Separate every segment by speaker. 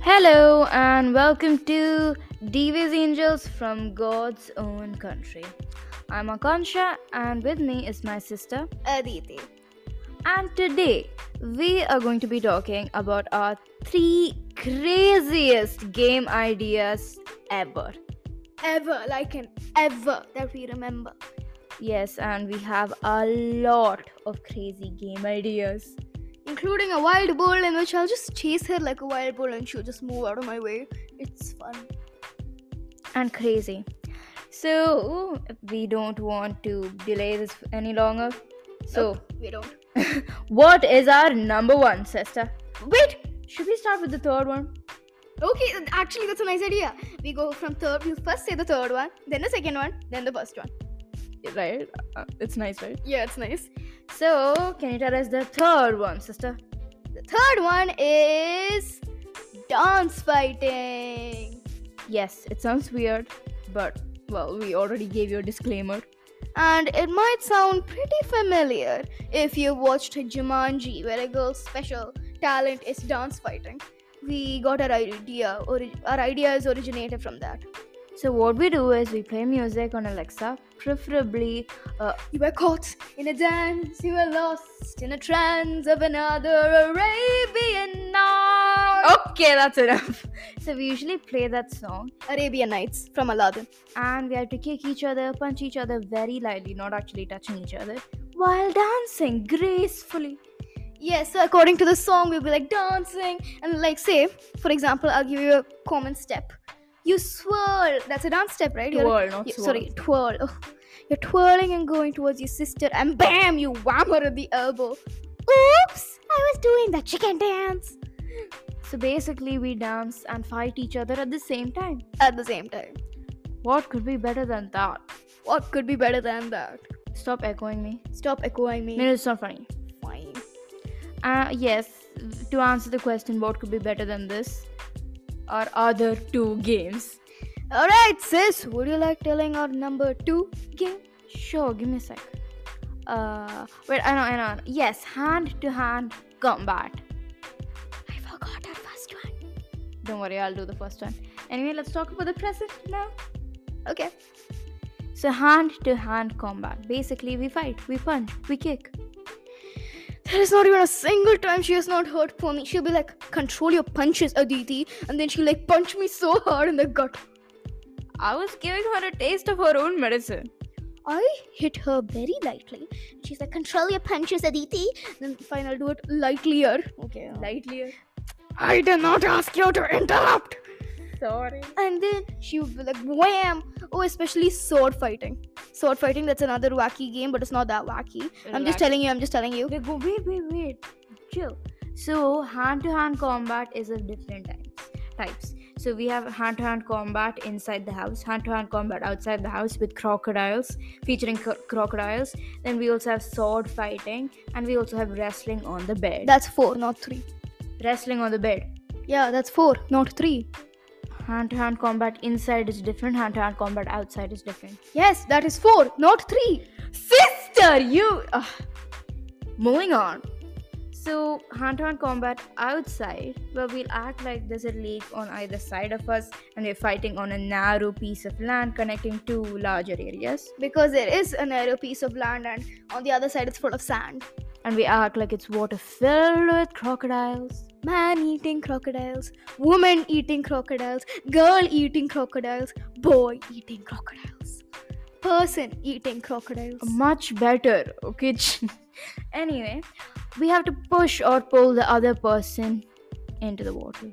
Speaker 1: Hello and welcome to Diva's Angels from God's Own Country. I'm Akansha and with me is my sister.
Speaker 2: Aditi.
Speaker 1: And today we are going to be talking about our three craziest game ideas ever.
Speaker 2: Ever, like an ever that we remember.
Speaker 1: Yes, and we have a lot of crazy game ideas.
Speaker 2: Including a wild bull in which I'll just chase her like a wild bull and she'll just move out of my way. It's fun.
Speaker 1: and crazy. So we don't want to delay this any longer. So
Speaker 2: We don't.
Speaker 1: what is our number one, sister? Wait, should we start with the third one?
Speaker 2: Okay, th- actually, that's a nice idea. We go from third, we first say the third one, then the second one, then the first one.
Speaker 1: Right, uh, it's nice, right?
Speaker 2: Yeah, it's nice.
Speaker 1: So can you tell us the third one, sister?
Speaker 2: The third one is dance fighting.
Speaker 1: Yes, it sounds weird, but well, we already gave you a disclaimer.
Speaker 2: And it might sound pretty familiar if you've watched Jumanji, where a girl's special talent is dance fighting. We got our idea, ori- our idea is originated from that.
Speaker 1: So what we do is we play music on Alexa, preferably uh,
Speaker 2: You were caught in a dance, you were lost in a trance of another Arabian night.
Speaker 1: Okay, that's enough. So we usually play that song
Speaker 2: Arabian Nights from Aladdin.
Speaker 1: and we have to kick each other, punch each other very lightly, not actually touching each other, while dancing gracefully.
Speaker 2: Yes, so according to the song, we'll be like dancing and like say, for example, I'll give you a common step. You swirl. That's a dance step, right? You're-
Speaker 1: Twirl, not
Speaker 2: you-
Speaker 1: swirl.
Speaker 2: Sorry, twirl. Ugh. You're twirling and going towards your sister, and bam, you wham her with the elbow. Oops! I was doing the chicken dance
Speaker 1: So basically, we dance and fight each other at the same time.
Speaker 2: at the same time.
Speaker 1: What could be better than that?
Speaker 2: What could be better than that?
Speaker 1: Stop echoing me.
Speaker 2: Stop echoing me.
Speaker 1: No, no, it's not funny.
Speaker 2: Fine.
Speaker 1: Uh, yes, to answer the question, what could be better than this? Our other two games.
Speaker 2: All right, sis. Would you like telling our number two game?
Speaker 1: Sure, give me a sec. Uh, wait, I know, I know. I know. Yes, hand to hand combat.
Speaker 2: I forgot our first one.
Speaker 1: Don't worry, I'll do the first one. Anyway, let's talk about the present now.
Speaker 2: Okay.
Speaker 1: So, hand to hand combat. Basically, we fight, we punch, we kick.
Speaker 2: There is not even a single time she has not hurt for me. She'll be like, "Control your punches, Aditi," and then she'll like punch me so hard in the gut.
Speaker 1: I was giving her a taste of her own medicine.
Speaker 2: I hit her very lightly. She's like, control your punches, Aditi. Then fine, I'll do it lightlier. Okay.
Speaker 1: Oh. Lightly.
Speaker 2: I did not ask you to interrupt.
Speaker 1: Sorry.
Speaker 2: And then she would be like, wham! Oh, especially sword fighting. Sword fighting, that's another wacky game, but it's not that wacky. I'm just
Speaker 1: Relax.
Speaker 2: telling you, I'm just telling you.
Speaker 1: Wait, go- wait, wait, wait. Chill. So, hand to hand combat is of different types. Types. So we have hand to hand combat inside the house, hand to hand combat outside the house with crocodiles, featuring cro- crocodiles. Then we also have sword fighting, and we also have wrestling on the bed.
Speaker 2: That's four, not three.
Speaker 1: wrestling on the bed.
Speaker 2: Yeah, that's four, not three.
Speaker 1: Hand to hand combat inside is different, hand to hand combat outside is different.
Speaker 2: Yes, that is four, not three.
Speaker 1: Sister, you. Ugh. Moving on. So, hand to hand combat outside, where we'll act like there's a lake on either side of us and we're fighting on a narrow piece of land connecting two larger areas.
Speaker 2: Because there is a narrow piece of land, and on the other side, it's full of sand.
Speaker 1: And we act like it's water filled with crocodiles.
Speaker 2: man eating crocodiles, woman eating crocodiles, girl eating crocodiles, boy eating crocodiles, person eating crocodiles.
Speaker 1: Much better, okay? Ch- anyway, we have to push or pull the other person into the water.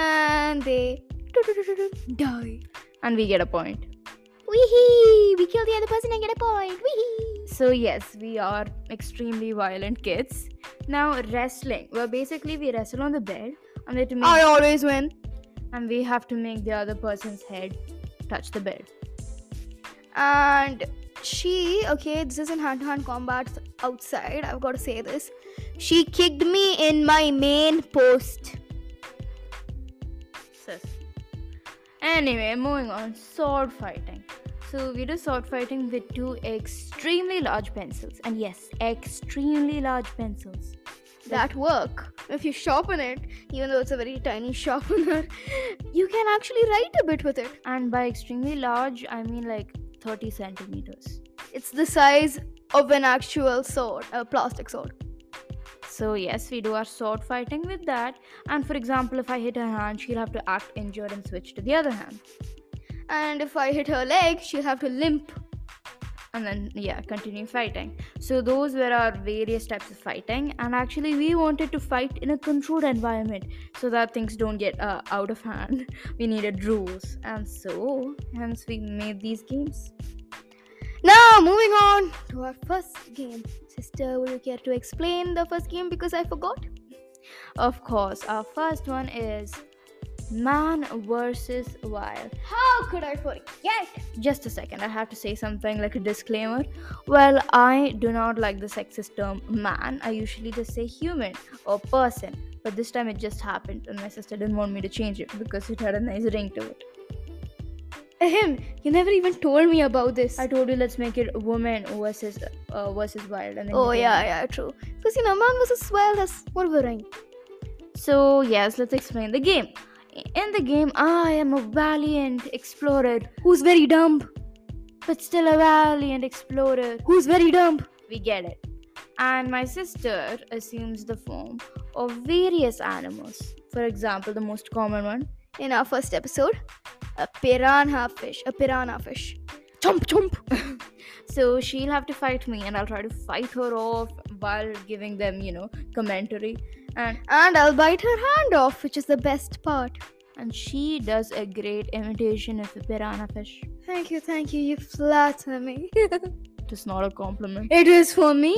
Speaker 2: And they die.
Speaker 1: And we get a point.
Speaker 2: Weehee! We kill the other person and get a point. Weehee!
Speaker 1: So, yes, we are extremely violent kids. Now, wrestling. Well, basically, we wrestle on the bed and, we have to make,
Speaker 2: I always win.
Speaker 1: and we have to make the other person's head touch the bed.
Speaker 2: And she, okay, this isn't hand to hand combat outside. I've got to say this. She kicked me in my main post.
Speaker 1: Sis. Anyway, moving on. Sword fighting. So, we do sword fighting with two extremely large pencils. And yes, extremely large pencils.
Speaker 2: That work. If you sharpen it, even though it's a very tiny sharpener, you can actually write a bit with it.
Speaker 1: And by extremely large, I mean like 30 centimeters.
Speaker 2: It's the size of an actual sword, a plastic sword.
Speaker 1: So, yes, we do our sword fighting with that. And for example, if I hit her hand, she'll have to act injured and switch to the other hand.
Speaker 2: And if I hit her leg, she'll have to limp.
Speaker 1: And then, yeah, continue fighting. So, those were our various types of fighting. And actually, we wanted to fight in a controlled environment so that things don't get uh, out of hand. We needed rules. And so, hence, we made these games.
Speaker 2: Now, moving on to our first game. Sister, would you care to explain the first game because I forgot?
Speaker 1: Of course, our first one is Man versus Wild.
Speaker 2: How could I forget?
Speaker 1: Just a second, I have to say something like a disclaimer. Well, I do not like the sexist term man. I usually just say human or person. But this time it just happened, and my sister didn't want me to change it because it had a nice ring to it.
Speaker 2: Ahem, you never even told me about this.
Speaker 1: I told you let's make it woman versus uh, versus wild, and then
Speaker 2: oh,
Speaker 1: you came
Speaker 2: yeah, yeah, true. Because you know, man was a swell as more of a ring.
Speaker 1: So, yes, let's explain the game. In the game, I am a valiant explorer,
Speaker 2: Who's very dumb?
Speaker 1: but still a valiant explorer.
Speaker 2: Who's very dumb?
Speaker 1: We get it. And my sister assumes the form of various animals. For example, the most common one.
Speaker 2: In our first episode, a piranha fish. A piranha fish. Chomp, chomp.
Speaker 1: So she'll have to fight me, and I'll try to fight her off while giving them, you know, commentary. And
Speaker 2: And I'll bite her hand off, which is the best part.
Speaker 1: and she does a great imitation of a piranha fish.
Speaker 2: Thank you, thank you. You flatter me.
Speaker 1: It is not a compliment.
Speaker 2: it is for me.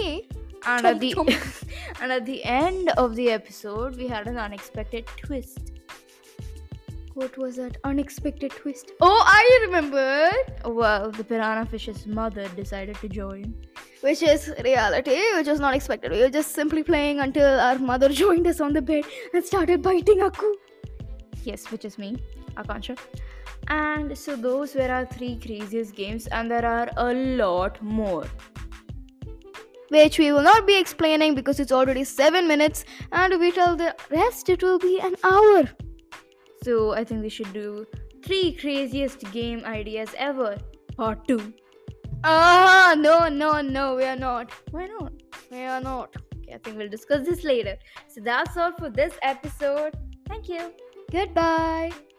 Speaker 1: And at the and at the end of the episode, we had an unexpected twist.
Speaker 2: What was that unexpected twist? Oh, I remember.
Speaker 1: Well, the piranha fish's mother decided to join.
Speaker 2: Which is reality, which was not expected. We were just simply playing until our mother joined us on the bed and started biting Aku.
Speaker 1: Yes, which is me, Akansha. And so those were our three craziest games, and there are a lot more.
Speaker 2: Which we will not be explaining because it's already 7 minutes, and if we tell the rest, it will be an hour.
Speaker 1: So I think we should do three craziest game ideas ever, part two.
Speaker 2: Ah, no, no, no, we are not.
Speaker 1: Why not?
Speaker 2: We are not.
Speaker 1: Okay, I think we'll discuss this later. So that's all for this episode. Thank you.
Speaker 2: Goodbye.